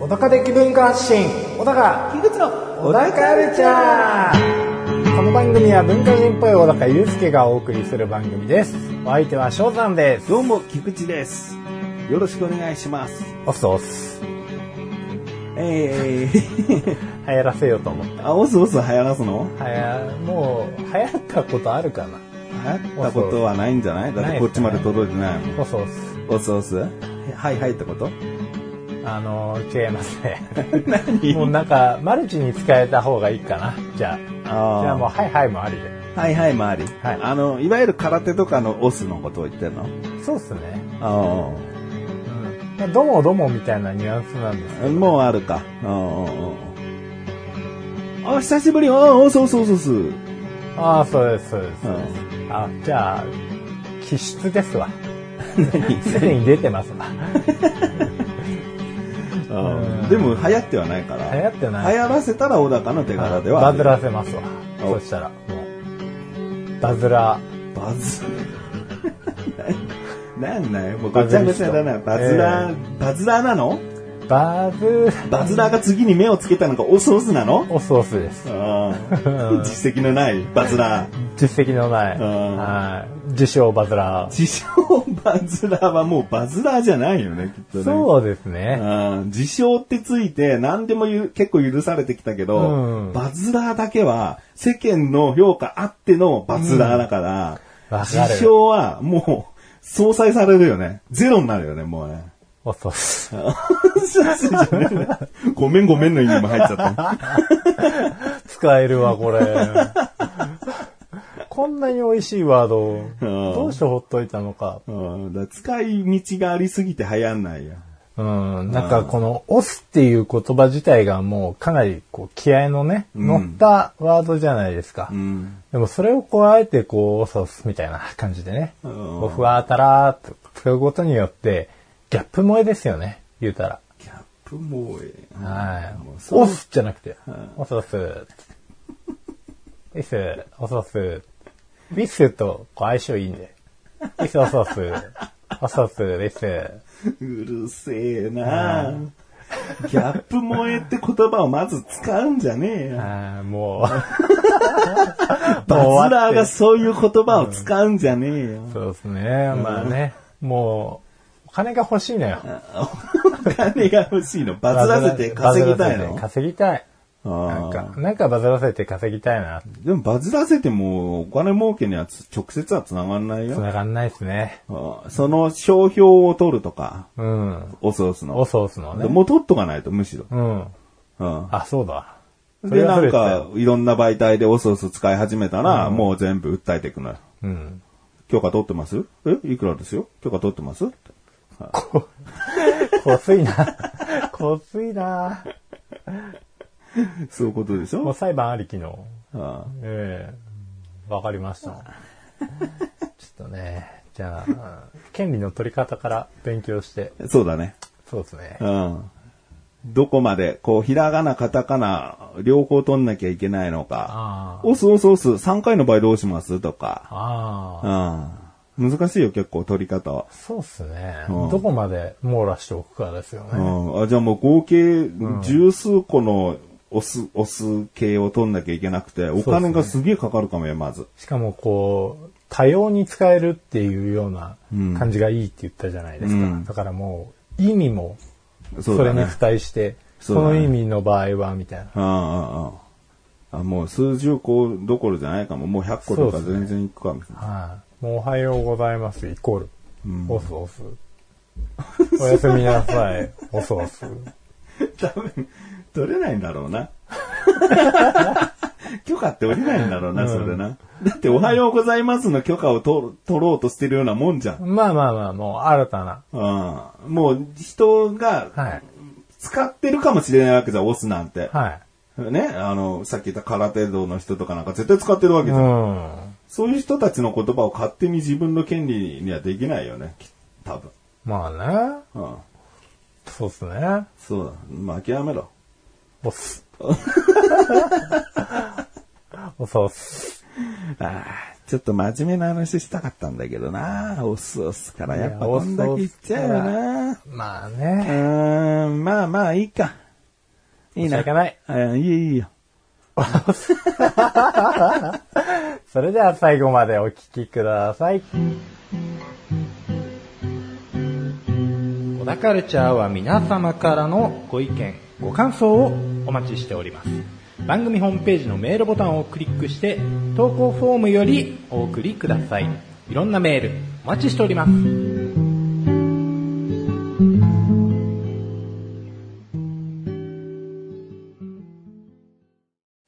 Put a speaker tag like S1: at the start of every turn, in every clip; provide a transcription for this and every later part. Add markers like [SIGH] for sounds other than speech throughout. S1: 小高的文化発信小高
S2: 樋口の
S1: 小高カルチャーこの番組は文化人っぽい小高祐介がお送りする番組ですお相手は翔さんです
S2: どうも菊池ですよろしくお願いします
S1: オスオス
S2: えー、
S1: 流行らせようと思って
S2: あオスオス流行らすの
S1: はやもう流行ったことあるかな
S2: 流行ったことはないんじゃないだってこっちまで届いてないもん
S1: オスオス
S2: オスオスはいはいってこと
S1: あのー違いますね
S2: [LAUGHS] 何
S1: もうなんかマルチに使えた方がいいかなじゃあじゃあもう
S2: あ
S1: はいはいもありで
S2: あはいはいもあり、
S1: はい
S2: あのいわゆる空手とかのオスのことを言ってるの
S1: そうっすね
S2: あ
S1: うんまあどうもどうもみたいなニュアンスなんですけ
S2: あ
S1: ど
S2: もうあるかあああ久しぶりああオスオスオスオスうん
S1: ああそうですそうです、あじゃあ気質ですわすでに出てますわ
S2: ああでも流行ってはないから
S1: 流行ってない
S2: 流行らせたら小高の手柄ではあ
S1: バ
S2: る
S1: ズらせますわ
S2: お
S1: そしたらもうバズら
S2: バズ [LAUGHS] なんだよもうごちゃごちゃだなバ
S1: バ
S2: ズ
S1: ズ
S2: ラ
S1: ラ
S2: ー
S1: ー、
S2: バズラーなの
S1: バズ
S2: バズラーが次に目をつけたのがオスオスな
S1: [LAUGHS]
S2: の
S1: おソースです
S2: あ
S1: [LAUGHS]
S2: ー実績のないバズラー
S1: 実績のない、
S2: うん
S1: はい自称バズラ
S2: 自称バズラーはもうバズラーじゃないよねきっとね
S1: そうですね
S2: あー自称ってついて何でもゆ結構許されてきたけど、
S1: うん
S2: バズラーだけは世間の評価あってのバズラーだから、
S1: うんわかる
S2: 自称はもう相殺されるよね。ゼロになるよね、もうね。
S1: おソース
S2: [LAUGHS] ごめんごめんの意味も入っちゃった。
S1: 使える
S2: [LAUGHS]
S1: わこれこんなに美味しいワードを
S2: うん
S1: どうしてほっといたのか
S2: うんだから使い道がありすぎて流行んないよ。
S1: うん、なんかこの「押す」っていう言葉自体がもうかなりこう気合のね
S2: うん
S1: 乗ったワードじゃないですか、
S2: うん。
S1: でもそれをこうあえてこう押すみたいな感じでね、
S2: うん
S1: こうふわーたらーっと使うことによってギャップ萌えですよね言うたら。
S2: キャップもええ。
S1: は
S2: もう
S1: い。
S2: そう
S1: 押すじゃなくて
S2: ん、
S1: 押す押す。ウィス、押す押す。ウィスとこう相性いいんで。ウィス押す押す。押す押す、ウィス。
S2: うるせえなギャップ萌えって言葉をまず使うんじゃねえよ。
S1: ああ、
S2: [LAUGHS]
S1: もう。
S2: バズラーがそういう言葉を使うんじゃねえよ。
S1: そうですね。まあね。もう、お金が欲しいのよ。
S2: お金が欲しいの。バズらせて稼ぎたいの
S1: バズ。らせて稼ぎたい。
S2: あ
S1: なんか
S2: ー、
S1: なんかバズらせて稼ぎたいな。
S2: でもバズらせてもお金儲けにはつ直接は繋がんないよ。
S1: 繋がんないですね。
S2: あーその商標を取るとか、
S1: うん。
S2: オスオスの
S1: お。ソースのね。
S2: もう取っとかないと、むしろ。
S1: うん。
S2: うん
S1: あ、そうだ。それ
S2: で、な
S1: 忘
S2: ん
S1: れてた
S2: か
S1: よ、
S2: いろんな媒体でオスオス使い始めたら、もう全部訴えていくのよ。
S1: うん。
S2: 許可取ってますえいくらですよ許可取ってますって
S1: こすいな。 [LAUGHS] こすいな。
S2: そういうことでし
S1: もう
S2: ょ
S1: 裁判ありきの。
S2: あー
S1: ええわかりました。
S2: [LAUGHS]
S1: ちょっとね、じゃあ、権利の取り方から勉強して。
S2: そうだね。
S1: そうですね。
S2: うん。どこまで、こう、ひらがな、カタカナ、両方取んなきゃいけないのか
S1: あ。
S2: オスオスオス、3回の場合どうしますとか。
S1: ああ。
S2: うん。難しいよ、結構、取り方は。
S1: そうっすね。
S2: うん
S1: どこまで網羅しておくかですよ
S2: う
S1: ね。
S2: ん。あ、じゃあもう合計、十数個のオス、オス系を取んなきゃいけなくて、お金がすげえかかるかもよ、まず。
S1: しかもこう、多様に使えるっていうような感じがいいって言ったじゃないですか。
S2: うん
S1: だからもう、意味も
S2: そうだ
S1: それに
S2: ね。
S1: 付帯して、
S2: そ
S1: そう
S2: だね
S1: の意味の場合は、みたい
S2: う
S1: な。
S2: んうんうん。あ、もう数十個どころじゃないかも。もう100個とか全然いくかも。
S1: はい。もうおはようございます、イコール。オスオス。おやすみな
S2: [LAUGHS]
S1: さい、オスオス。
S2: [LAUGHS] 多分、取れないんだろうな。 [LAUGHS] 許可って取れないんだろうな、それな。だって、おはようございますの許可を取る取ろうとしてるようなもんじゃん。
S1: まあまあまあ、もう新たな。
S2: うん、もう、人が
S1: はい。
S2: 使ってるかもしれないわけじゃん、押すなんて。
S1: は
S2: ね、あの、さっき言った空手道の人とかなんか絶対使ってるわけ
S1: い。
S2: じ
S1: う
S2: ゃん。
S1: ん。
S2: そういう人たちの言葉を勝手に自分の権利にはできないよね、き多分。
S1: まあね。
S2: うん。
S1: そうっすね。
S2: そう
S1: [LAUGHS]
S2: だ。まあ、諦めろ。
S1: オス。そうっす。
S2: ああ、ちょっと真面目な話したかったんだけどな。お酢お酢からやっぱこんだけいっちゃうよな。
S1: まあ
S2: う
S1: ね。
S2: ーん、まあまあいいか。いいな。
S1: 申し訳ない。
S2: うん、いいよいいよ。
S1: それでは最後までお聞きください。小田カルチャーは皆様からのご意見、ご感想をお待ちしております。番組ホームページのメールボタンをクリックして、投稿フォームよりお送りください。いろんなメール、お待ちしております。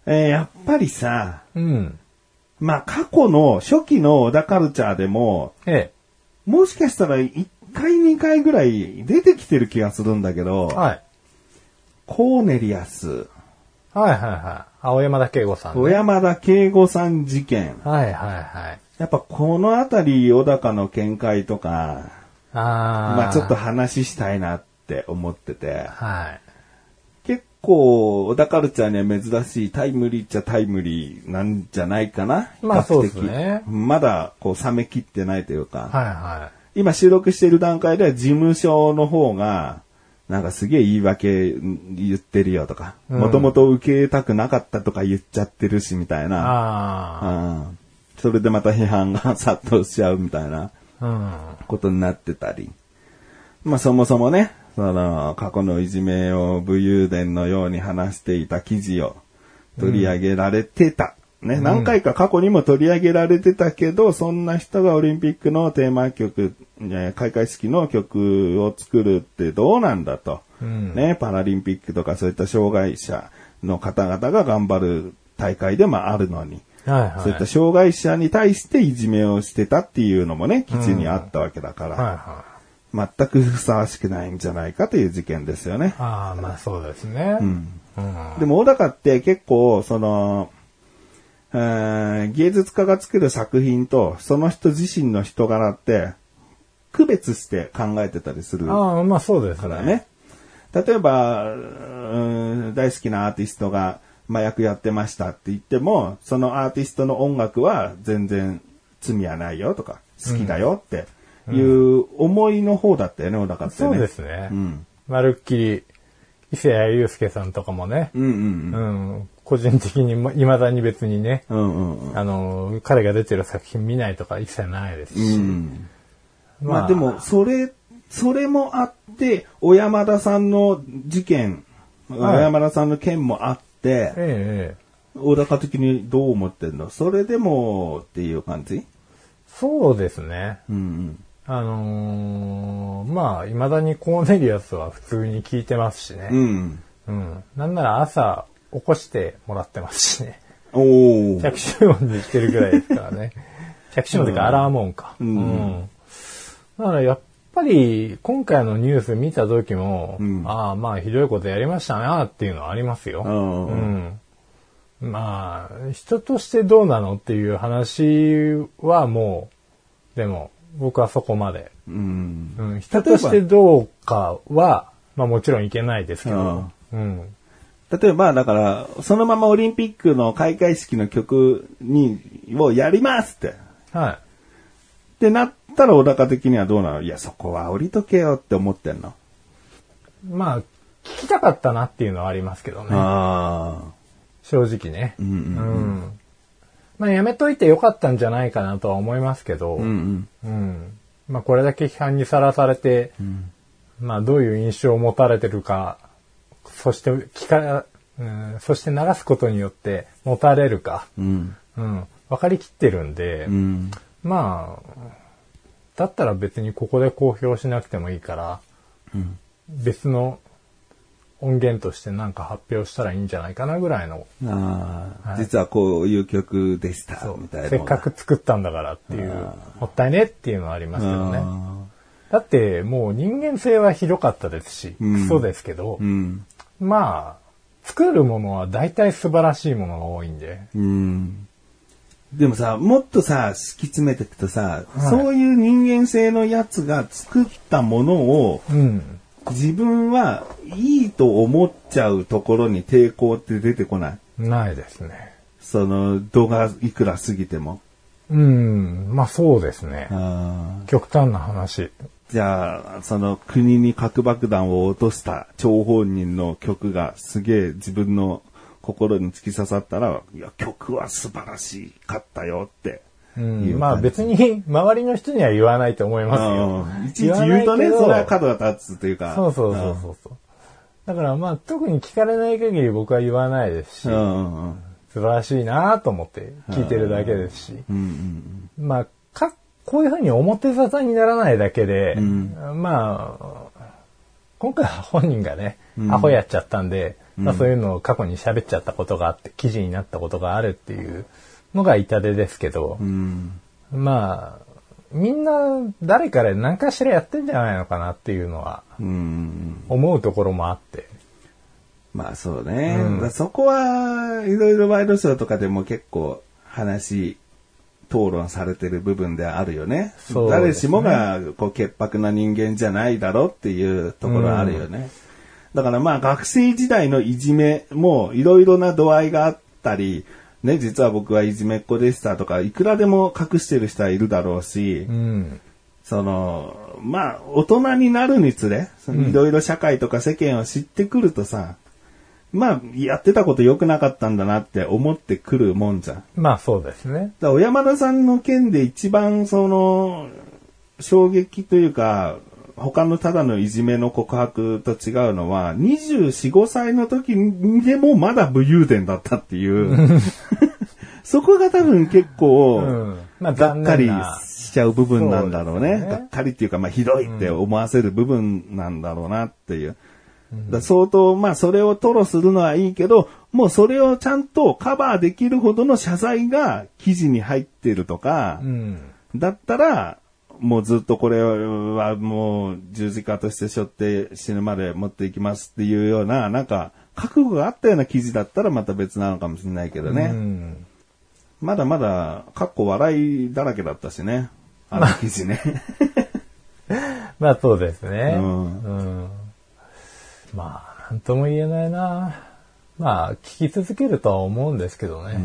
S2: えーやっぱりさ、
S1: うん。
S2: まあ過去の初期の小田カルチャーでも、
S1: え
S2: もしかしたら1回2回ぐらい出てきてる気がするんだけど、
S1: え。はい。
S2: コーネリアス、
S1: はいはいはい。青山田圭吾さんね、
S2: 小山田圭吾さん事件。
S1: はいはいはい。
S2: やっぱこのあたり小高の見解とか、
S1: ああ。
S2: まあちょっと。話したいなって思ってて、
S1: はい。
S2: 結構小田カルチャーには珍しいタイムリーっちゃタイムリーなんじゃないかな。
S1: まあ
S2: 比較的
S1: そうですね
S2: まだこう冷めきってないというか、
S1: はいはい。
S2: 今収録している段階では事務所の方が、なんかすげえ言い訳言ってるよとか、
S1: うん
S2: もともと受けたくなかったとか言っちゃってるしみたいな、
S1: あ
S2: うんそれでまた批判が殺到しちゃうみたいな
S1: あ。うん。
S2: ことになってたり、まあそもそもね、その過去のいじめを武勇伝のように話していた記事を取り上げられてた。ね、何回か過去にも取り上げられてたけど、そんな人がオリンピックのテーマ曲、ね、開会式の曲を作るってどうなんだと。
S1: うん
S2: ね、パラリンピックとかそういった障害者の方々が頑張る大会でもあるのに。
S1: はいはい。
S2: そういった障害者に対していじめをしてたっていうのもね、基地にあったわけだから。
S1: はいはい。
S2: 全くふさわしくないんじゃないかという事件ですよね。
S1: ああ、まあそうですね。うん。
S2: でも、小高って結構、その、えー芸術家が作る作品と、その人自身の人柄って、区別して考えてたりするか
S1: ああ、まあそうです
S2: ら
S1: ね。
S2: ね。例えば、うーん大好きなアーティストが麻薬やってましたって言っても、そのアーティストの音楽は全然罪はないよとか、好きだよっていう思いの方だったよね、小高ってね。
S1: そうですね。
S2: うん。
S1: まるっきり、伊勢谷友介さんとかもね、
S2: うんうんうん
S1: う。ん、個人的にま未だに別にね、
S2: うんうんうん
S1: あの、彼が出てる作品見ないとか一切ないです
S2: う
S1: し。
S2: ん。まあでも、それ、それもあって、小山田さんの事件、
S1: はい
S2: 小山田さんの件もあって、
S1: ええ、ええ。
S2: 小高的にどう思ってんのそれでも、っていう感じ
S1: そうですね。
S2: うん
S1: あのーまあ、未だにコーネリアスは普通に聞いてますしね。
S2: うん。うん。
S1: うん。なんなら朝起こしてもらってますしね。
S2: おー
S1: 着信音でしてるぐらいです
S2: [LAUGHS]
S1: からね。着信音というかアラーム音か。
S2: ん
S1: うんだからやっぱり今回のニュース見た時も、
S2: うん
S1: ああまあひどいことやりましたなっていうのはありますよ。
S2: うん
S1: うんまあ、人としてどうなのっていう話はもう、でも僕はそこまで。
S2: うん。
S1: うん、人としてどうかは、まあもちろんいけないですけど。うん。
S2: 例えば、だから、そのままオリンピックの開会式の曲に、をやりますって。っ
S1: はい。
S2: てなったら、小高的にはどうなのいや、そこは降りとけよって思ってんの。
S1: まあ、聞きたかったなっていうのはありますけどね。
S2: ああ。
S1: 正直ね。
S2: うんうん
S1: う。んまあ、やめといてよかったんじゃないかなとは思いますけど、
S2: うんうん。
S1: うんまあ、これだけ批判にさらされて、まあ、どういう印象を持たれてるか、そして聞か、うん、そして流すことによって持たれるか、
S2: うん。
S1: うん、分かりきってるんで、
S2: うん。
S1: まあ、だったら別にここで公表しなくてもいいから、別の音源としてなんか発表したらいいんじゃないかなぐらいの
S2: ああ、
S1: はい
S2: 実はこういう曲でした
S1: そ、う
S2: みたいな。
S1: せっかく作ったんだからっていう、もったいねっていうのはありますけどね。
S2: あ
S1: だってもう人間性はひどかったですし、
S2: うん
S1: クソですけど
S2: ー。う、ん。
S1: まあ、作るものは大体素晴らしいものが多いんで。
S2: うん。でもさ、もっとさ、敷き詰めていくとさ、そういう人間性のやつが作ったものを、
S1: うん。
S2: 自分はいいと思っちゃうところに抵抗って出てこない。
S1: ないですね。
S2: その、度がいくら過ぎても。
S1: うん、まあそうですね。
S2: あー
S1: 極端な話。
S2: じゃあ、その国に核爆弾を落とした張本人の曲がすげえ自分の心に突き刺さったら、いや、曲は素晴らしかったよって。
S1: うん、まあ別に周りの人には言わないと思いますよ
S2: うん。いちいち言うとね、
S1: 言わないけど
S2: それは角が立つというか。
S1: そうそうそうそうそう。だからまあ特に聞かれない限り僕は言わないですし、
S2: うん。うんうんうん。
S1: 素晴らしいなと思って聞いてるだけですし、
S2: うんうん
S1: まあか、こういうふうに表沙汰にならないだけで、
S2: ん
S1: まあ、今回は本人がね、アホやっちゃったんで、まあそういうのを過去に喋っちゃったことがあって、記事になったことがあるっていうのが痛手ですけど、
S2: うん。
S1: まあ、みんな誰かで何かしらやってんじゃないのかなっていうのは
S2: うんうん。
S1: 思うところもあって。
S2: まあそうね。そこは、いろいろワイドショーとかでも結構話、討論されてる部分であるよね。
S1: そうですね
S2: 誰しもが、こう、潔白な人間じゃないだろっていうところあるよね。だからまあ学生時代のいじめもいろいろな度合いがあったり、ね、実は僕はいじめっ子でしたとか、いくらでも隠してる人はいるだろうし、
S1: うん。
S2: その、まあ、大人になるにつれ、そのいろいろ社会とか世間を知ってくるとさ、まあ、やってたこと良くなかったんだなって思ってくるもんじゃん。だか
S1: まあそうですね。
S2: ら小山田さんの件で一番その、衝撃というか、他のただのいじめの告白と違うのは、24、5歳の時にでもまだ武勇伝だったって
S1: [LAUGHS]
S2: いう。そこが多分結構、
S1: うん。まあ
S2: がっ
S1: 残
S2: かり
S1: 念な。
S2: しちゃう部分なんだろう
S1: そう
S2: ね。
S1: ですね
S2: がっかりっていうか、まあ、ひどいって思わせる部分なんだろうなっていう。だから相当、まあ、それを吐露するのはいいけど、もうそれをちゃんとカバーできるほどの謝罪が記事に入ってるとか
S1: う、ん。
S2: だったら、もうずっとこれはもう十字架として背負って死ぬまで持っていきますっていうような、なんか、覚悟があったような記事だったらまた別なのかもしれないけどね。
S1: うん。
S2: まだまだ、かっこ笑いだらけだったしね。あの記事ね。
S1: まあ [LAUGHS] そうですね。
S2: うん
S1: うんまあ、なんとも言えないな。まあ、聞き続けるとは思うんですけどね。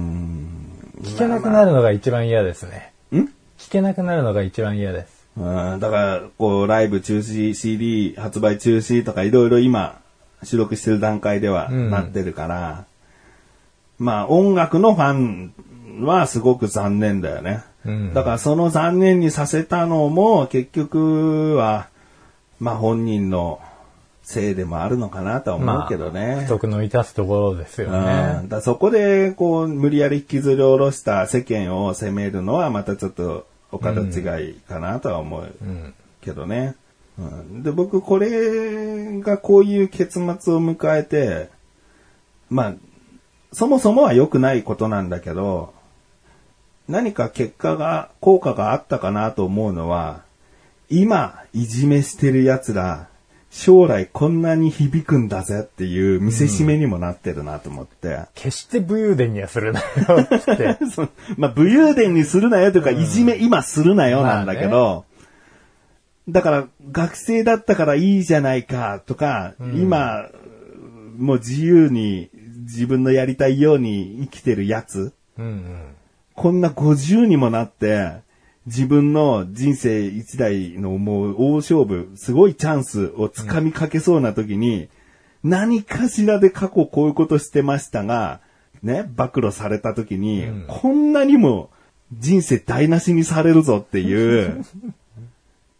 S1: 聞けなくなるのが一番嫌ですね。
S2: ん
S1: 聞けなくなるのが一番嫌です。
S2: うん、だから、こう、ライブ中止、CD 発売中止とかいろいろ今、収録してる段階では
S1: うん
S2: なってるから、まあ音楽のファンはすごく残念だよね。
S1: うん
S2: だからその残念にさせたのも結局は、まあ本人のせいでもあるのかなとは思うけどね。
S1: まあ不徳の致すところですよ
S2: うん
S1: ね。
S2: だからそこで、こう、無理やり引きずり下ろした世間を責めるのは、またちょっと、お方違いかなとは思う
S1: うん。
S2: けどね。うん、で、僕、これがこういう結末を迎えて、まあ、そもそもは良くないことなんだけど、何か結果が、効果があったかなと思うのは、今、いじめしてる奴ら、将来こんなに響くんだぜっていう見せしめにもなってるなと思って。
S1: 決して武勇伝にはするなよって。
S2: [LAUGHS] そうまあ、武勇伝にするなよというか、いじめ今するなよなんだけど、だから、学生だったからいいじゃないかとか、今、もう自由に自分のやりたいように生きてるやつ、
S1: うんうん。
S2: こんな50にもなって、自分の人生一代のもう大勝負、すごいチャンスをつかみかけそうな時に、何かしらで過去こういうことしてましたが、ね、暴露された時に、こんなにも人生台無しにされるぞっていう、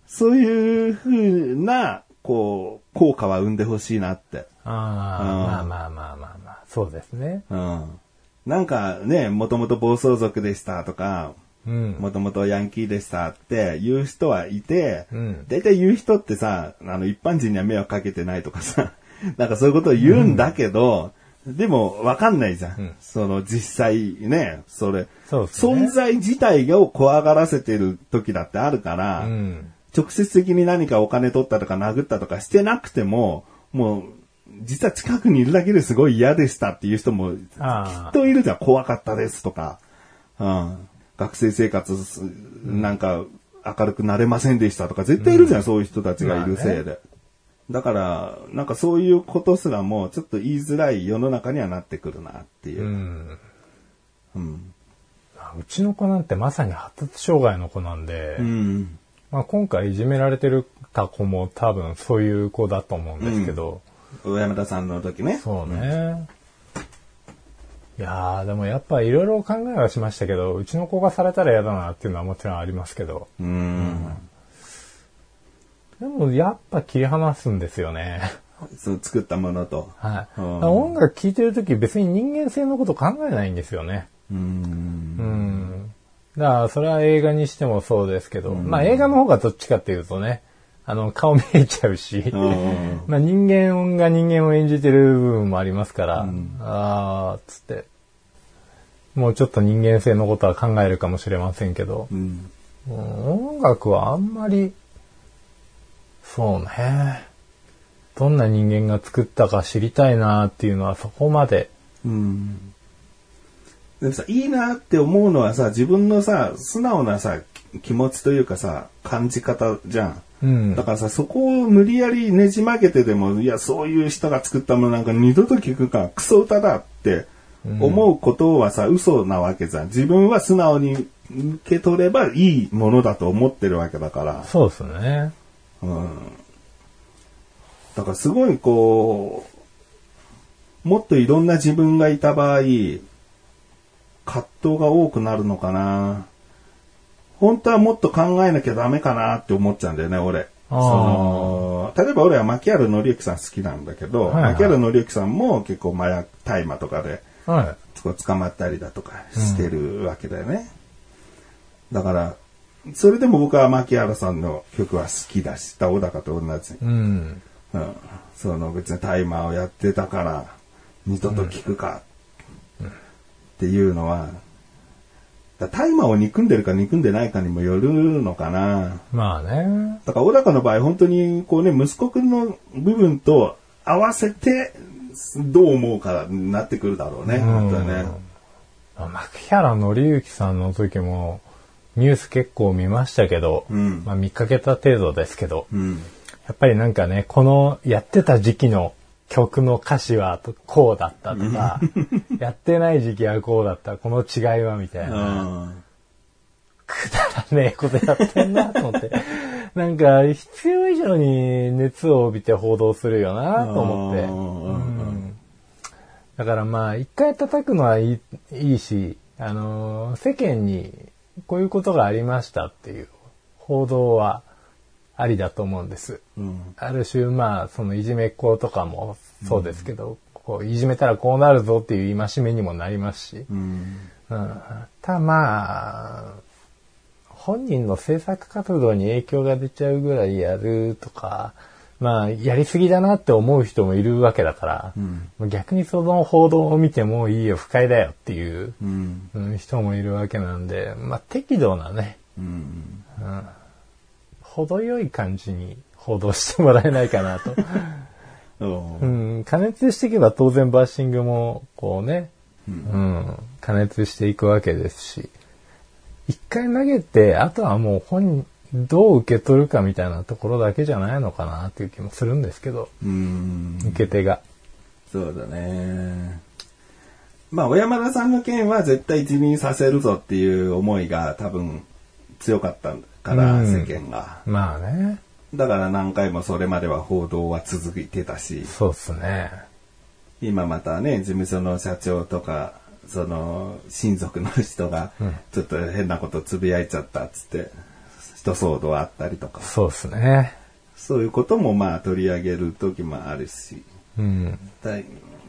S2: そういうふうな、こう、効果は生んでほしいなって。
S1: ああ、まあまあまあまあまあ。そうですね。
S2: うん。なんかね、もともと暴走族でしたとか、
S1: うん。
S2: もともとヤンキーでしたって言う人はいて
S1: うん、
S2: 大体、言う人ってさ、あの一般人には迷惑かけてないとかさ、 [LAUGHS] なんかそういうことを言うんだけど、でもわかんないじゃん。
S1: うん
S2: その実際ね、それ、
S1: そうですね
S2: 存在自体を怖がらせてる時だってあるから、
S1: うん。
S2: 直接的に何かお金取ったとか殴ったとかしてなくても、もう、実は近くにいるだけですごい嫌でしたっていう人もき
S1: あ
S2: っといるじゃん。怖かったですとか。うん。学生生活す、なんか、明るくなれませんでしたとか、絶対いるじゃん、そういう人たちがいるせいで。
S1: ま
S2: だから、なんかそういうことすらも、ちょっと言いづらい世の中にはなってくるなってい
S1: あ。
S2: う。
S1: うん。
S2: うん。
S1: うちの子なんてまさに発達障害の子なんで、
S2: うん。
S1: まあ、今回いじめられてるた子も多分そういう子だと思うんですけど、
S2: 上村さんの時ね。
S1: そうね。いやー、でもやっぱいろいろ考えはしましたけど、うちの子がされたら嫌だなっていうのはもちろんありますけど、
S2: うん。
S1: でもやっぱ切り離すんですよね。
S2: そう、作ったものと。
S1: は
S2: う
S1: い。
S2: ん
S1: 音楽聴いてるとき別に人間性のこと考えないんですよね。
S2: うん。
S1: うん。だからそれは映画にしてもそうですけど、まあ映画の方がどっちかっていうとね、あの顔見えちゃうし、
S2: うん
S1: まあ人間が人間を演じてる部分もありますから、あーっつって、もうちょっと人間性のことは考えるかもしれませんけど、
S2: うん。
S1: 音楽はあんまり、そうね。どんな人間が作ったか知りたいなっていうのはそこまで。
S2: うん。でもさ、いいなって思うのはさ、自分のさ、素直なさ、き気持ちというかさ、感じ方じゃん。
S1: うん
S2: だ。からさ、そこを無理やりねじ曲げてでも、いや、そういう人が作ったものなんか二度と聞くか、クソ歌だって思うことはさ、嘘なわけじゃん。自分は素直に受け取ればいいものだと思ってるわけだから。
S1: そうですね。
S2: うん。だからすごいこう、もっといろんな自分がいた場合、葛藤が多くなるのかな。本当はもっと考えなきゃダメかなって思っちゃうんだよね、俺。そ
S1: あー
S2: の例えば俺は牧原紀之さん好きなんだけど、
S1: はいはい
S2: 牧原紀之さんも結構麻薬、大麻とかで
S1: は
S2: こう捕まったりだとかしてるわけだよね。だから、それでも僕は牧原さんの曲は好きだし、田尾高と同じ。
S1: い。うん。
S2: うん。その別にタイマーをやってたから、二度と聞くか、っていうのは、だからタイマーを憎んでるか憎んでないかにもよるのかな。
S1: まあね。
S2: だから小高の場合本当にこうね、息子くんの部分と合わせて、どう思うかになってくるだろうね。本当はね。
S1: 牧原紀之さんの時も、ニュース結構見ましたけど、
S2: うん
S1: まあ見かけた程度ですけど、
S2: うん。
S1: やっぱりなんかね、このやってた時期の曲の歌詞はとこうだったとか、やってない時期はこうだった、この違いはみたいな。
S2: うん
S1: くだらねえことやってんなと思って。なんか、必要以上に熱を帯びて報道するよなと思って。
S2: あー
S1: うんだからまあ、一回叩くのはいいいいし、あのー世間にこういうことがありましたっていう報道はありだと思うんです。
S2: うん。
S1: ある種、まあ、そのいじめっ子とかもそうですけど、こういじめたらこうなるぞっていう戒めにもなりますし、
S2: うん。
S1: うんただまあ、本人の制作活動に影響が出ちゃうぐらいやるとか、まあ、やりすぎだなって思う人もいるわけだから、逆にその報道を見てもういいよ、不快だよっていう、
S2: うん。
S1: うん人もいるわけなんで、まあ、適度なね、
S2: うん。
S1: 程よい感じに報道してもらえないかなと。
S2: うん
S1: うん、加熱していけば当然バッシングも、こうね、うん、加熱していくわけですし、一回投げて、あとはもう本、どう受け取るかみたいなところだけじゃないのかなっていう気もするんですけど、
S2: うん。
S1: 受け手が。
S2: そうだね。まあ、小山田さんの件は絶対辞任させるぞっていう思いが多分強かったから、
S1: うん
S2: 世間が。
S1: まあね、
S2: だから何回もそれまでは報道は続いてたし、
S1: そうっすね。
S2: 今またね、事務所の社長とか、その親族の人が、ちょっと変なことつぶやいちゃったっつって、一騒動あったりとか、
S1: そうっすね。
S2: そういうこともまあ取り上げる時もあるし。
S1: うん。
S2: だい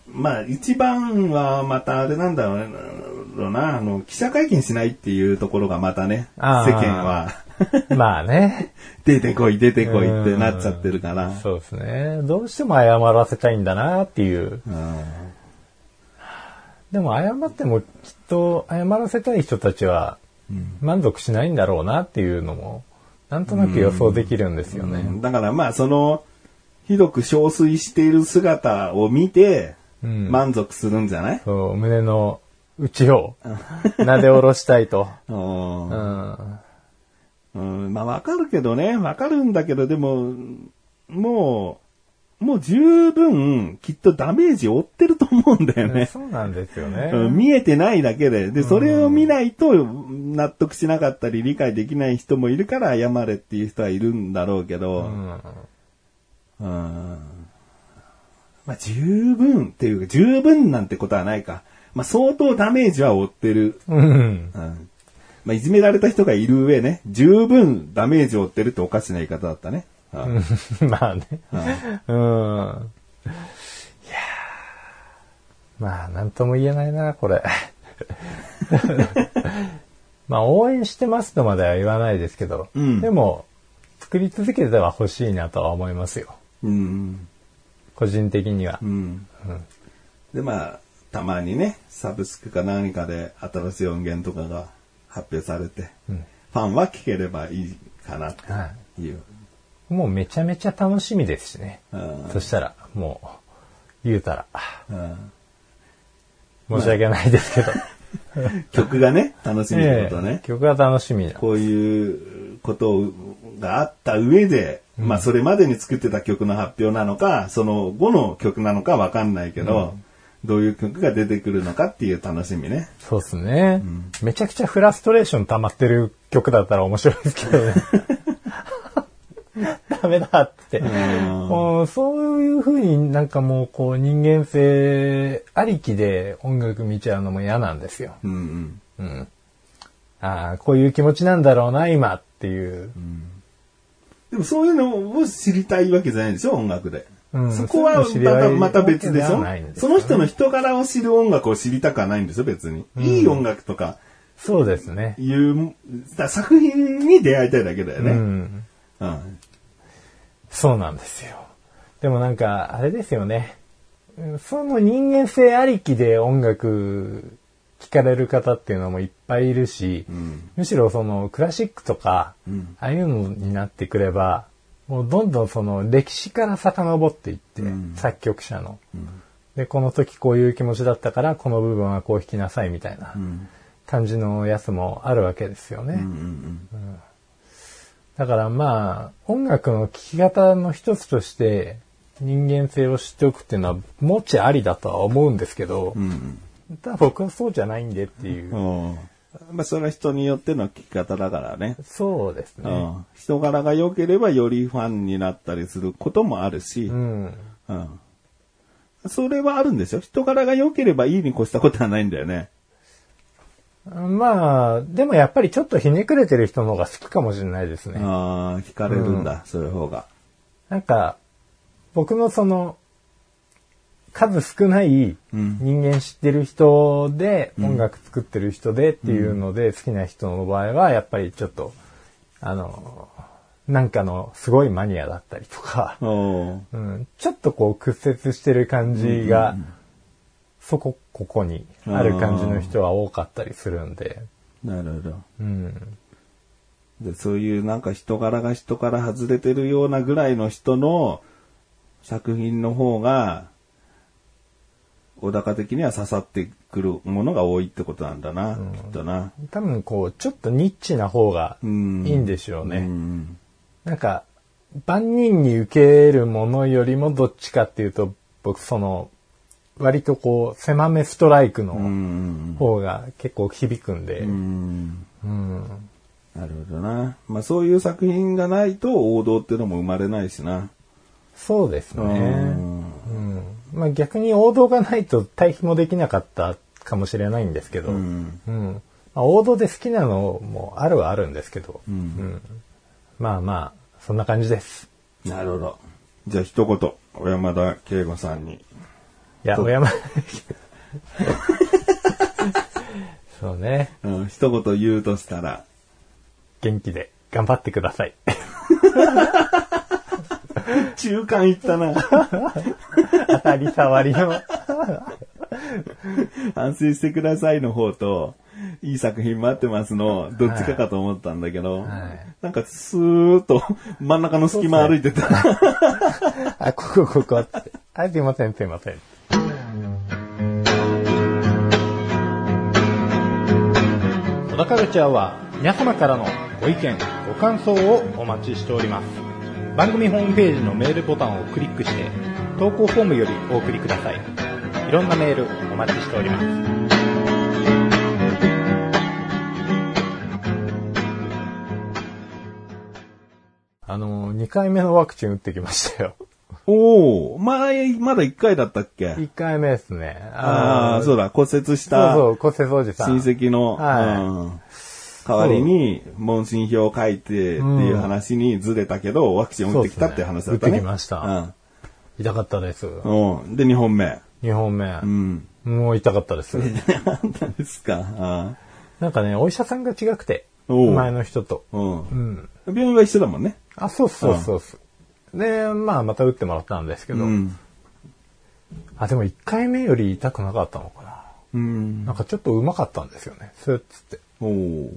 S2: まあ、一番はまたあれなんだろうな、あの、記者会見しないっていうところがまたね、世
S1: あー
S2: 間は、 [LAUGHS]
S1: [LAUGHS] まあね。
S2: 出てこい、出てこいってなっちゃってるから。
S1: そうですね。どうしても謝らせたいんだなっていう。
S2: うん
S1: でも謝ってもきっと謝らせたい人たちは満足しないんだろうなっていうのもなんとなく予想できるんですよね。
S2: だからまあ、その、ひどく憔悴している姿を見て、
S1: うん
S2: 満足するんじゃない、
S1: そう胸の内を撫で下ろしたい [LAUGHS] と。
S2: うん
S1: うん、
S2: うん、まあわかるけどね、わかるんだけど、でも、もう、もう十分、きっとダメージを負ってると思うんだよね。
S1: そうなんですよね。
S2: うん見えてないだけで。で、それを見ないと納得しなかったり理解できない人もいるから謝れっていう人はいるんだろうけ
S1: う
S2: ど、
S1: ん
S2: うんまあ十分っていうか、十分なんてことはないか。まあ相当ダメージは負ってる。
S1: うん。
S2: うんまあいじめられた人がいる上ね、十分ダメージを負ってるっておかしな言い方だったね。うん
S1: [LAUGHS] まあね。うん。いやーまあ、なんとも言えない
S2: [LAUGHS]
S1: な、これ。まあ、応援してますとまでは言わないですけど、
S2: うん
S1: でも、作り続けては欲しいなとは思いますよ。
S2: うん
S1: 個人的には
S2: う。んで、まあ、たまにね、サブスクか何かで新しい音源とかが発表されて、
S1: うん
S2: ファンは聴ければいいかなと
S1: は
S2: いう。
S1: い。もうめちゃめちゃ楽しみですしね。
S2: うん
S1: そしたら、もう、言うたら、
S2: うん
S1: 申し訳ないです
S2: [LAUGHS]
S1: けど。
S2: 曲がね、楽しみってことね。
S1: ええ曲が楽しみな。
S2: こういうことがあった上で、まあそれまでに作ってた曲の発表なのか、その後の曲なのかわかんないけど、どういう曲が出てくるのかっていう楽しみね。
S1: そうですね、めちゃくちゃフラストレーション溜まってる曲だったら面白いです
S2: [LAUGHS]
S1: けどね。ダメだっつって。
S2: ん
S1: もうそういう風になんかもうこう人間性ありきで音楽見ちゃうのも嫌なんですよ。
S2: うんうん。
S1: うん。ああ、こういう気持ちなんだろうな、今っていう。
S2: でもそういうのを知りたいわけじゃないでしょ、音楽で。
S1: うん
S2: そこはま
S1: そういうの知り合
S2: た
S1: い
S2: また別でし
S1: わけでは
S2: ょ
S1: ないんです
S2: その人の人柄を知る音楽を知りたくはないんですよ、別に。いい音楽とか
S1: そうですね。
S2: いう、だ作品に出会いたいだけだよ
S1: う
S2: ね。
S1: ん。
S2: うん。
S1: そうなんですよ。でもなんか、あれですよね。うんその人間性ありきで音楽聞かれる方っていうのもいっぱいいるし、
S2: ん
S1: むしろそのクラシックとか、
S2: うん
S1: ああいうのになってくれば、もうどんどんその歴史から遡っていって、
S2: うん
S1: 作曲者の、で、この時こういう気持ちだったから、この部分はこう弾きなさいみたいな
S2: うん。
S1: 感じのやつもあるわけですよね。
S2: うんうん
S1: だからまあ、音楽の聴き方の一つとして、人間性を知っておくっていうのは、もちありだとは思うんですけど、
S2: うん。うん
S1: ただ僕はそうじゃないんでっていう。
S2: うん。まあ、それは人によっての聞き方だからね。
S1: そうです
S2: う
S1: ね。
S2: ん。人柄が良ければよりファンになったりすることもあるし
S1: う、ん。
S2: うん。それはあるんですよ。人柄が良ければいいに越したことはないんだよね。
S1: まあ、でもやっぱりちょっとひねくれてる人の方が好きかもしれないですね。
S2: ああ、惹かれるんだ、そういう方が。
S1: なんか、僕のその、数少ない
S2: うん
S1: 人間知ってる人で、音楽作ってる人でっていうので、好きな人の場合は、やっぱりちょっと、あの、なんかのすごいマニアだったり
S2: [LAUGHS]
S1: とか、
S2: おー
S1: うん、ちょっとこう屈折してる感じが、そこ、ここにある感じの人は多かったりするんで、
S2: なるほど。
S1: うん、
S2: で、そういうなんか人柄が人から外れてるようなぐらいの人の作品の方が、小高的には刺さってくるものが多いってことなんだな、きっとな。
S1: 多分こう、ちょっとニッチな方がいい
S2: うん
S1: んでしょうね。
S2: うん。
S1: なんか、万人に受けるものよりもどっちかっていうと、僕その、割とこう、狭めストライク
S2: う
S1: の
S2: ん。
S1: 方が結構響くんで、
S2: うん。
S1: うん
S2: なるほどな。まあそういう作品がないと王道っていうのも生まれないしな。
S1: そうです
S2: う
S1: ね。うん
S2: ん。
S1: まあ逆に王道がないと対比もできなかったかもしれないんですけど、
S2: う
S1: うん
S2: ん。
S1: まあ、王道で好きなのもあるはあるんですけど、
S2: ん
S1: まあまあ、そんな感じです。
S2: なるほど。じゃあ一言、小山田圭吾さんに。
S1: いや、
S2: そう
S1: 小山。 [LAUGHS] そうね。
S2: うん、一言言うとしたら、
S1: 元気で頑張ってください。
S2: 中間いった [LAUGHS] な。
S1: 当たり障りの。
S2: 反省してくださいの方と、いい作品待ってますの、どっちかかと思ったんだけど、
S1: はい
S2: なんかスーッと真ん中の隙間歩いてた。
S1: [LAUGHS] あ、ここ、ここって。あ、すいません、すいません。小田カルチャーは皆様からのご意見、ご感想をお待ちしております。
S3: 番組ホームページのメールボタンをクリックして投稿フォームよりお送りくださいいろんなメールお待ちしております
S1: あのー、2回目のワクチン打ってきましたよ。
S2: [LAUGHS] おお前、まだ1回だったっけ
S1: 1回目ですね。
S2: ああ、
S1: う
S2: そうだ、骨折し
S1: そう
S2: た
S1: そ
S2: 親
S1: う、骨折おじさん。
S2: 戚の、
S1: はい
S2: うん代わりに、問診票を書いてっていう話にずれたけど、ワクチン打ってきたっていう話だったね。
S1: そうですね打ってきました痛かったです。
S2: うん。うん。で、2本目。
S1: 2本目
S2: う。ん。 [LAUGHS]
S1: もう痛かったです。
S2: なんだですか。
S1: なんかね、お医者さんが違くて、
S2: おう
S1: 前の人と。
S2: うん。う。
S1: うんん。
S2: 病院は一緒だもんね。
S1: あ、そうそうそうそう。で、まあ、また打ってもらったんですけ
S2: う
S1: ど、
S2: ん。
S1: あ、でも1回目より痛くなかったのかな。
S2: うん。
S1: なんかちょっとうまかったんですよね。スーッつって。
S2: おお。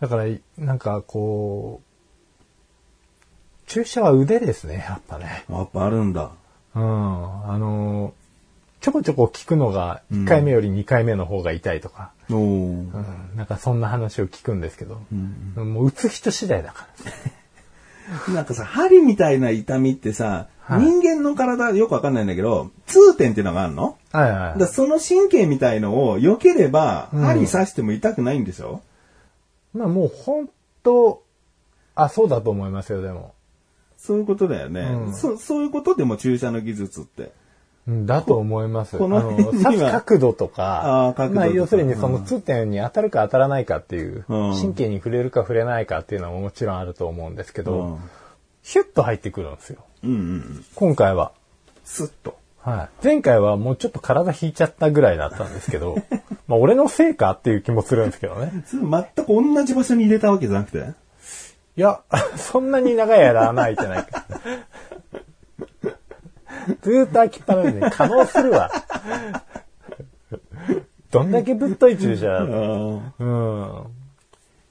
S1: だから、いなんかこう、注射は腕ですね、やっぱね。
S2: やっぱあるんだ。
S1: うん。あの、ちょこちょこ聞くのが、1回目より2回目の方が痛いとか、
S2: おお。
S1: うんなんかそんな話を聞くんですけど、もう打つ人次第だから。
S2: なんかさ、針みたいな痛みってさ、
S1: はい
S2: 人間の体よくわかんないんだけど、痛点っていうのがあるの
S1: はいはい
S2: だからその神経みたいのを避ければ、針刺しても痛くないんでしょ、
S1: まあもう本当、あ、そうだと思いますよ、でも。
S2: そういうことだよね、
S1: うん
S2: そ。そういうことでも注射の技術って。
S1: うんだと思います。
S2: この
S1: あの、
S2: 辺には
S1: 刺す角度とか、
S2: あー角度とか
S1: まあ要するにそうの
S2: ん
S1: 通点に当たるか当たらないかっていう、
S2: うん
S1: 神経に触れるか触れないかっていうのはもちろんあると思うんですけ
S2: う
S1: ど、
S2: ん。うん
S1: ヒュッと入ってくるんですよ。
S2: うんうん。
S1: 今回は。
S2: スッと。
S1: はい。前回はもうちょっと体引いちゃったぐらいだったんですけ
S2: [LAUGHS]
S1: ど、まあ俺のせいかっていう気もするんですけどね。
S2: それ全く同じ場所に入れたわけじゃなくて
S1: いや、 [LAUGHS] そんなに長い間穴開いてないから。ずーっと開きっぱなしで可能するわ。どんだけぶっとい注射だと
S2: あ
S1: うん。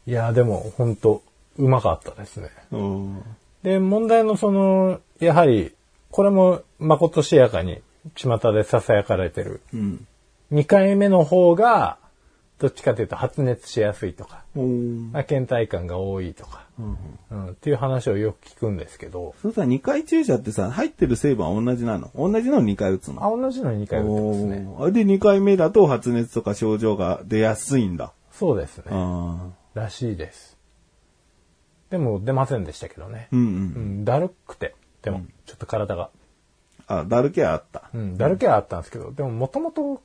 S1: いや、でも本当うまかったですね。
S2: あ。うん。
S1: で、問題のその、やはり、これもまことしやかに巷で囁かれてる
S2: うん。
S1: 2回目の方が、どっちかというと発熱しやすいとか、
S2: おー
S1: まあ倦怠感が多いとか、
S2: うん
S1: うん、っていう話をよく聞くんですけど、
S2: そうさ、2回注射ってさ、入ってる成分は同じなの同じのを2回打つの
S1: あ、同じの2回打ってますね。
S2: おーで、2回目だと発熱とか症状が出やすいんだ。
S1: そうです
S2: あ
S1: ね。
S2: あ。
S1: らしいです。でも出ませんでしたけどね
S2: うん。う。
S1: うんん、だるくて、でも、ちょっと体が。
S2: あ、だるけはあった。
S1: うん、だるけはあったんですけど、でももともと、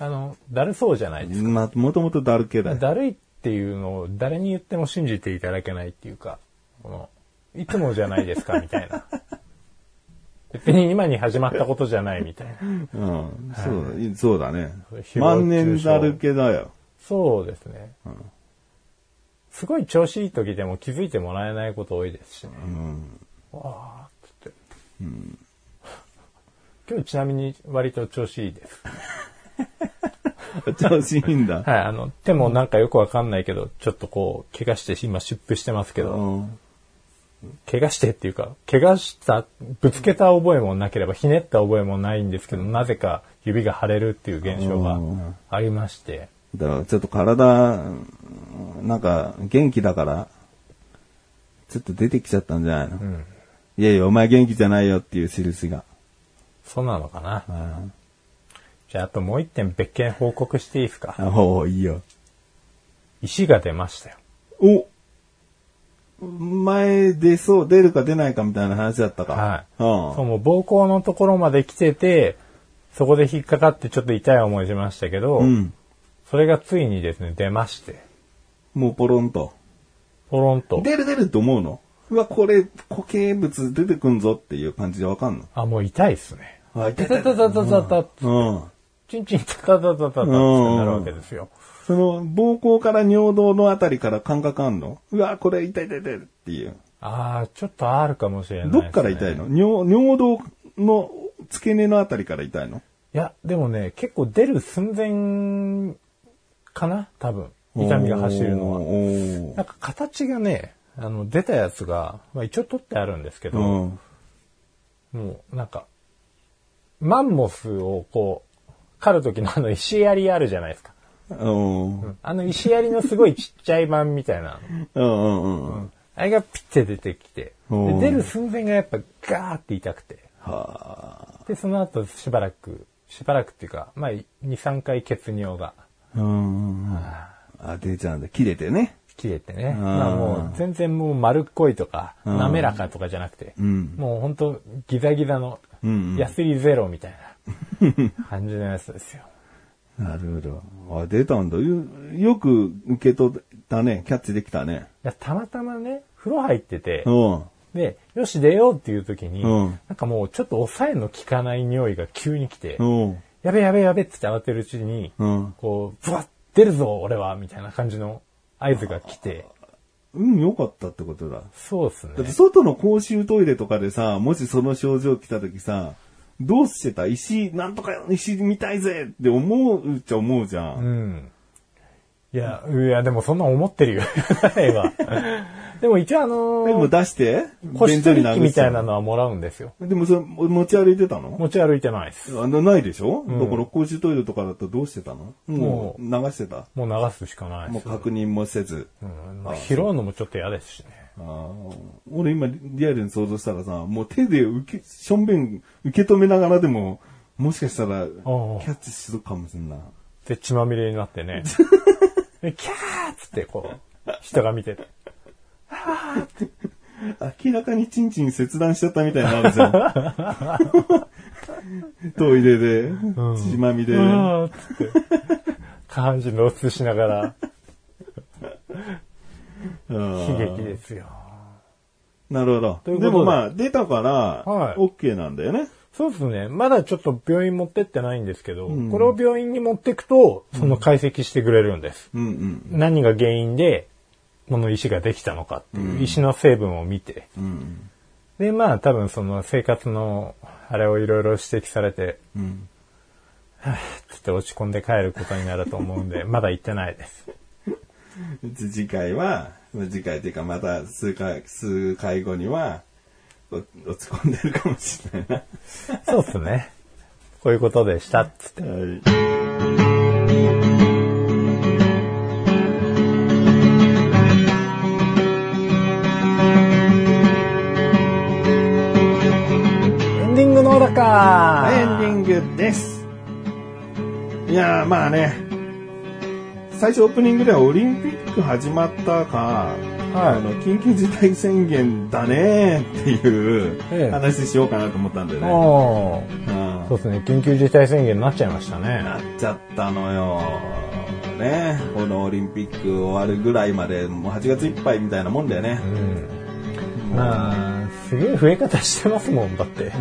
S1: あの、だるそうじゃないです
S2: まあ、もともとだるけだ
S1: か。
S2: よ。
S1: だるいっていうのを誰に言っても信じていただけないっていうか、この、いつもじゃないですかみたい [LAUGHS] な。別に今に始まったことじゃないみたいな。
S2: うん。そうだ、そうだね
S1: 誹謗中傷。
S2: 万年だるけだよ。
S1: そうですね。すごい調子いい時でも気づいてもらえないこと多いですしね。わーっつって。今日ちなみに割と調子いいです。 [LAUGHS]
S2: 調子いいんだ。
S1: はい、あの、手もなんかよくわかんないけど、ちょっとこう、怪我して、今、出布してますけ
S2: う
S1: ど、
S2: ん。
S1: 怪我してっていうか、怪我した、ぶつけた覚えもなければ、ひねった覚えもないんですけど、なぜか指が腫れるっていう現象がありまして、
S2: だから、ちょっと体、なんか、元気だから、ちょっと出てきちゃったんじゃないのいやいや、お前元気じゃないよっていう印が。
S1: そうなのかな。
S2: あ
S1: じゃあ、あともう一点別件報告していいですか。
S2: あ、おういいよ。
S1: 石が出ましたよ。
S2: お前出そう、出るか出ないかみたいな話だったか。
S1: はい。
S2: うん。
S1: そう、もう膀胱のところまで来てて、そこで引っかかってちょっと痛い思いしましたけど、
S2: うん。
S1: それがついにですね、出まして、
S2: もうポロンと。
S1: ポロンと。
S2: 出る出ると思うのうわ、これ、固形物出てくんぞっていう感じでわかんの
S1: あ、もう痛いっすね。
S2: あ、い
S1: タタタタタタタ、
S2: うん。
S1: チンチンタタタタタタってなるわけですよ。
S2: その、膀胱から尿道のあたりから感覚あんのうわ、これ痛い痛い痛いっていう。
S1: ああ、ちょっとあるかもしれない、
S2: どっから痛
S1: い
S2: いの尿、尿道の付け根のあたりから痛いの
S1: いや、でもね、結構出る寸前かな多分。痛みが走るのは。
S2: は。
S1: なんか形がね、あの、出たやつが、まあ一応取ってあるんですけ
S2: う
S1: ど、
S2: ん。
S1: もうなんか、マンモスをこう、狩る時のあの石槍あるじゃないですか。
S2: うん。うん。
S1: あの石槍のすごいちっちゃい版みたいな
S2: う
S1: の。
S2: ん。うん。
S1: あれがピッて出てきて、
S2: お
S1: で
S2: ー
S1: 出る寸前がやっぱガーって痛くて、
S2: は
S1: で、その後しばらく、しばらくっていうか、まあ、2、3回血尿が
S2: あ。うん。あ、出ちゃうんだ。切れてね。
S1: 切れてね。まあもう全然もう丸っこいとか、滑らかとかじゃなくて、
S2: ん
S1: もうほんとギザギザの
S2: うん、
S1: ヤスリゼロみたいな感じのやつですよ。
S2: なるほど。あ、出たんだ。よよく受け取ったね。キャッチできたね。
S1: いやたまたまね、風呂入ってて、
S2: うん。
S1: で、よし出ようっていう時に、
S2: うん
S1: なんかもうちょっと抑えの効かない匂いが急に来て、
S2: うん。
S1: やべやべやべって慌てるうちに、
S2: うん。
S1: こう、ブワッ出るぞ俺はみたいな感じの合図が来て、
S2: うん、よかったってことだ。
S1: そうですね
S2: だって。外の公衆トイレとかでさ、もしその症状来た時さ、どうしてた石、なんとか石見たいぜって思うっちゃ思うじゃ。
S1: うんん。いや、いや、でもそんな思ってるよ。 [LAUGHS] 今。でも一応あの
S2: でも出して、
S1: 腰取り器みたいな
S2: の。
S1: のはもらうんですよ。
S2: でもそれ持ち歩いてたの
S1: 持ち歩いてないです。
S2: あの、ないでしょ、だから公衆トイレとかだとどうしてたのも
S1: も
S2: う
S1: う
S2: 流してた。
S1: もう流すしかないで
S2: もう
S1: すよ。
S2: 確認もせず。
S1: うんまあ拾うのもちょっと嫌ですしね。
S2: あー俺今リアルに想像したらさ、もう手で受け、しょんべん受け止めながらでも、もしかしたら、キャッチしそうかもしんない。
S1: で、血まみれになってね。 [LAUGHS] でキャーっつってこう、人が見てて。
S2: 明らかにチンチン切断しちゃったみたいになるじ
S1: [LAUGHS]
S2: ゃん。トイレで、血まみれ。
S1: うわーっつって。下半身露出しながら、
S2: うん
S1: 悲劇ですよ。
S2: なるほど。
S1: ということ
S2: で
S1: で
S2: もまあ、出たから、
S1: はい
S2: OK なんだよね。
S1: そうですね。まだちょっと病院持ってってないんですけど、これを病院に持ってくと、その解析してくれるんです。
S2: うんうん。
S1: 何が原因で、この石ができたのかっていう、石の成分を見て、
S2: うん
S1: で、まあ多分その生活の、あれをいろいろ指摘されて、
S2: うん。
S1: つって落ち込んで帰ることになると思うんで、ま [LAUGHS] だ行ってないです。
S2: じ次回は、次回というかまた数回、数回後には、お落ち込んでるかもしれないな。
S1: そうですね。こういうことでした、つって。
S2: はい。
S1: エンディングのだか
S2: エンディングです。いやー、まあね、最初オープニングではオリンピック始まったか、あの、緊急事態宣言だねーってい
S1: え
S2: う
S1: え
S2: 話しようかなと思ったんだよね。
S1: おー
S2: うん
S1: そうですね。緊急事態宣言になっちゃいました
S2: な
S1: ね。
S2: っちゃったのよ。ね、このオリンピック終わるぐらいまで、もう8月いっぱいみたいなもんだよね
S1: う。ん。まあ、すげえ増え方してますもん、だって。
S2: うん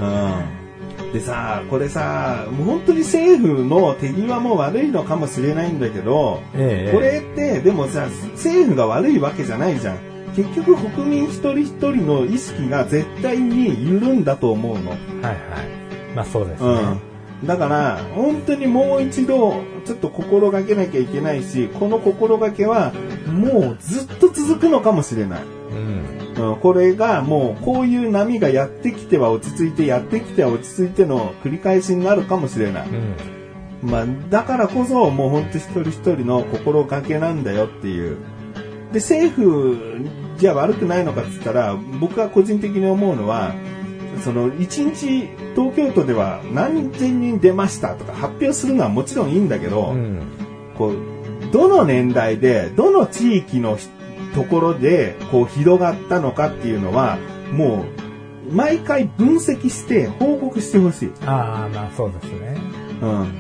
S2: でさ、これさ、もう本当に政府の手際も悪いのかもしれないんだけど、
S1: ええ
S2: これって、でもさ、政府が悪いわけじゃないじゃん。結局国民一人一人の意識が絶対に緩んだと思うの。
S1: はいはい。まあそうですね。
S2: うん。だから、本当にもう一度、ちょっと心がけなきゃいけないし、この心がけは、もうずっと続くのかもしれない。
S1: うん。
S2: うん、これがもうこういう波がやってきては落ち着いてやってきては落ち着いての繰り返しになるかもしれない、
S1: うん。
S2: まあ、だからこそもうほんと一人一人の心がけなんだよっていうで政府じゃ悪くないのかっつったら僕が個人的に思うのはその1日東京都では何千人出ましたとか発表するのはもちろんいいんだけど、
S1: うん。
S2: こうどの年代でどの地域のひところでこう広がったのかっていうのはもう毎回分析して報告してほしい、
S1: ああ、まあそうですね。
S2: うん、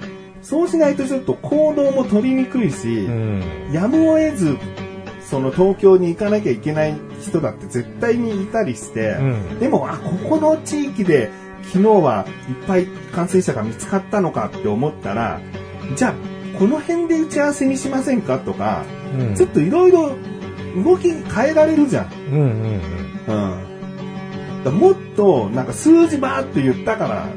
S2: そうしないとちょっと行動も取りにくいし、
S1: うん。
S2: やむを得ずその東京に行かなきゃいけない人だって絶対にいたりして、
S1: うん。
S2: でも、あ、ここの地域で昨日はいっぱい感染者が見つかったのかって思ったら、じゃあ、この辺で打ち合わせにしませんかとか、
S1: うん。
S2: ちょっといろいろ動き変えられるじゃん。うん。
S1: うんうんうん。
S2: だからもっと、なんか数字バーっと言ったから、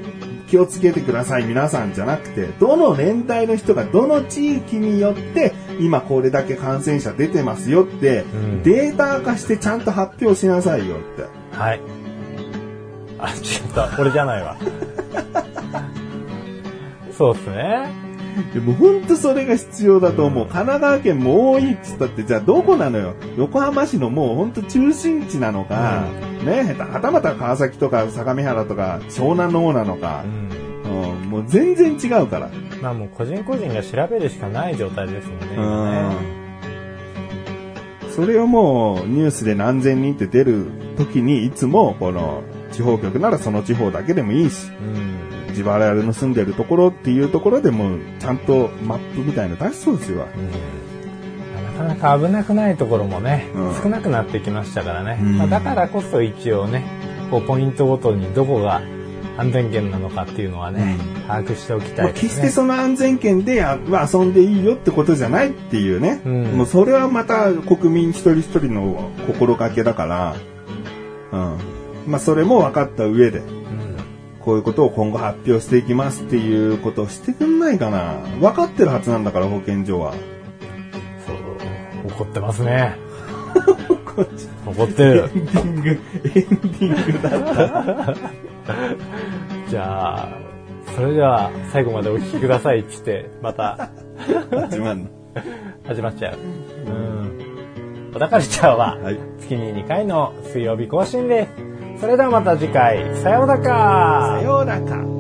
S2: 気をつけてください皆さんじゃなくて、どの年代の人がどの地域によって、今これだけ感染者出てますよって、
S1: ん
S2: データ化してちゃんと発表しなさいよって。
S1: はい。 [LAUGHS] あ、ちょっと、俺じゃないわ。そうですね。
S2: でも本当それが必要だと思う。神奈川県も多いっつったって、じゃあどこなのよ。横浜市のもう本当中心地なのか、ねえ、はたまた川崎とか相模原とか湘南の方なのか
S1: う、ん。
S2: うんもう全然違うから。
S1: まあもう個人個人が調べるしかない状態ですもんね。今ね
S2: それをもうニュースで何千人って出る時にいつもこの地方局ならその地方だけでもいいし
S1: うん。
S2: 自腹の住んでるところっていうところでもうちゃんとマップみたいなの出しそうですよ。
S1: うん。なかなか危なくないところもね、
S2: うん
S1: 少なくなってきましたからね。
S2: うん
S1: まあ、だからこそ一応ね、こうポイントごとにどこが安全圏なのかっていうのはね、把握しておきた
S2: まあ
S1: い
S2: 決
S1: で
S2: し
S1: す
S2: て
S1: ね。
S2: その安全圏であは遊んでいいよってことじゃないっていうね、
S1: うん
S2: もうそれはまた国民一人一人の心がけだから、うんまあ、それも分かった上で
S1: うん
S2: こういうことを今後発表していきますっていうことをしてくんないかな。分かってるはずなんだから、保健所は。
S1: そう、怒ってますね。
S2: こっち
S1: 怒っ
S2: [LAUGHS]
S1: てる。
S2: [LAUGHS] エンディング、エンディングだった。
S1: じゃあ、それでは最後までお聞きくださいっつって、また
S2: [LAUGHS] 自慢の。
S1: 始まっちゃう。うん。小田カルチャーは、
S2: はい。
S1: 月に2回の水曜日更新です。それではまた次回、さようなら
S2: さようなら。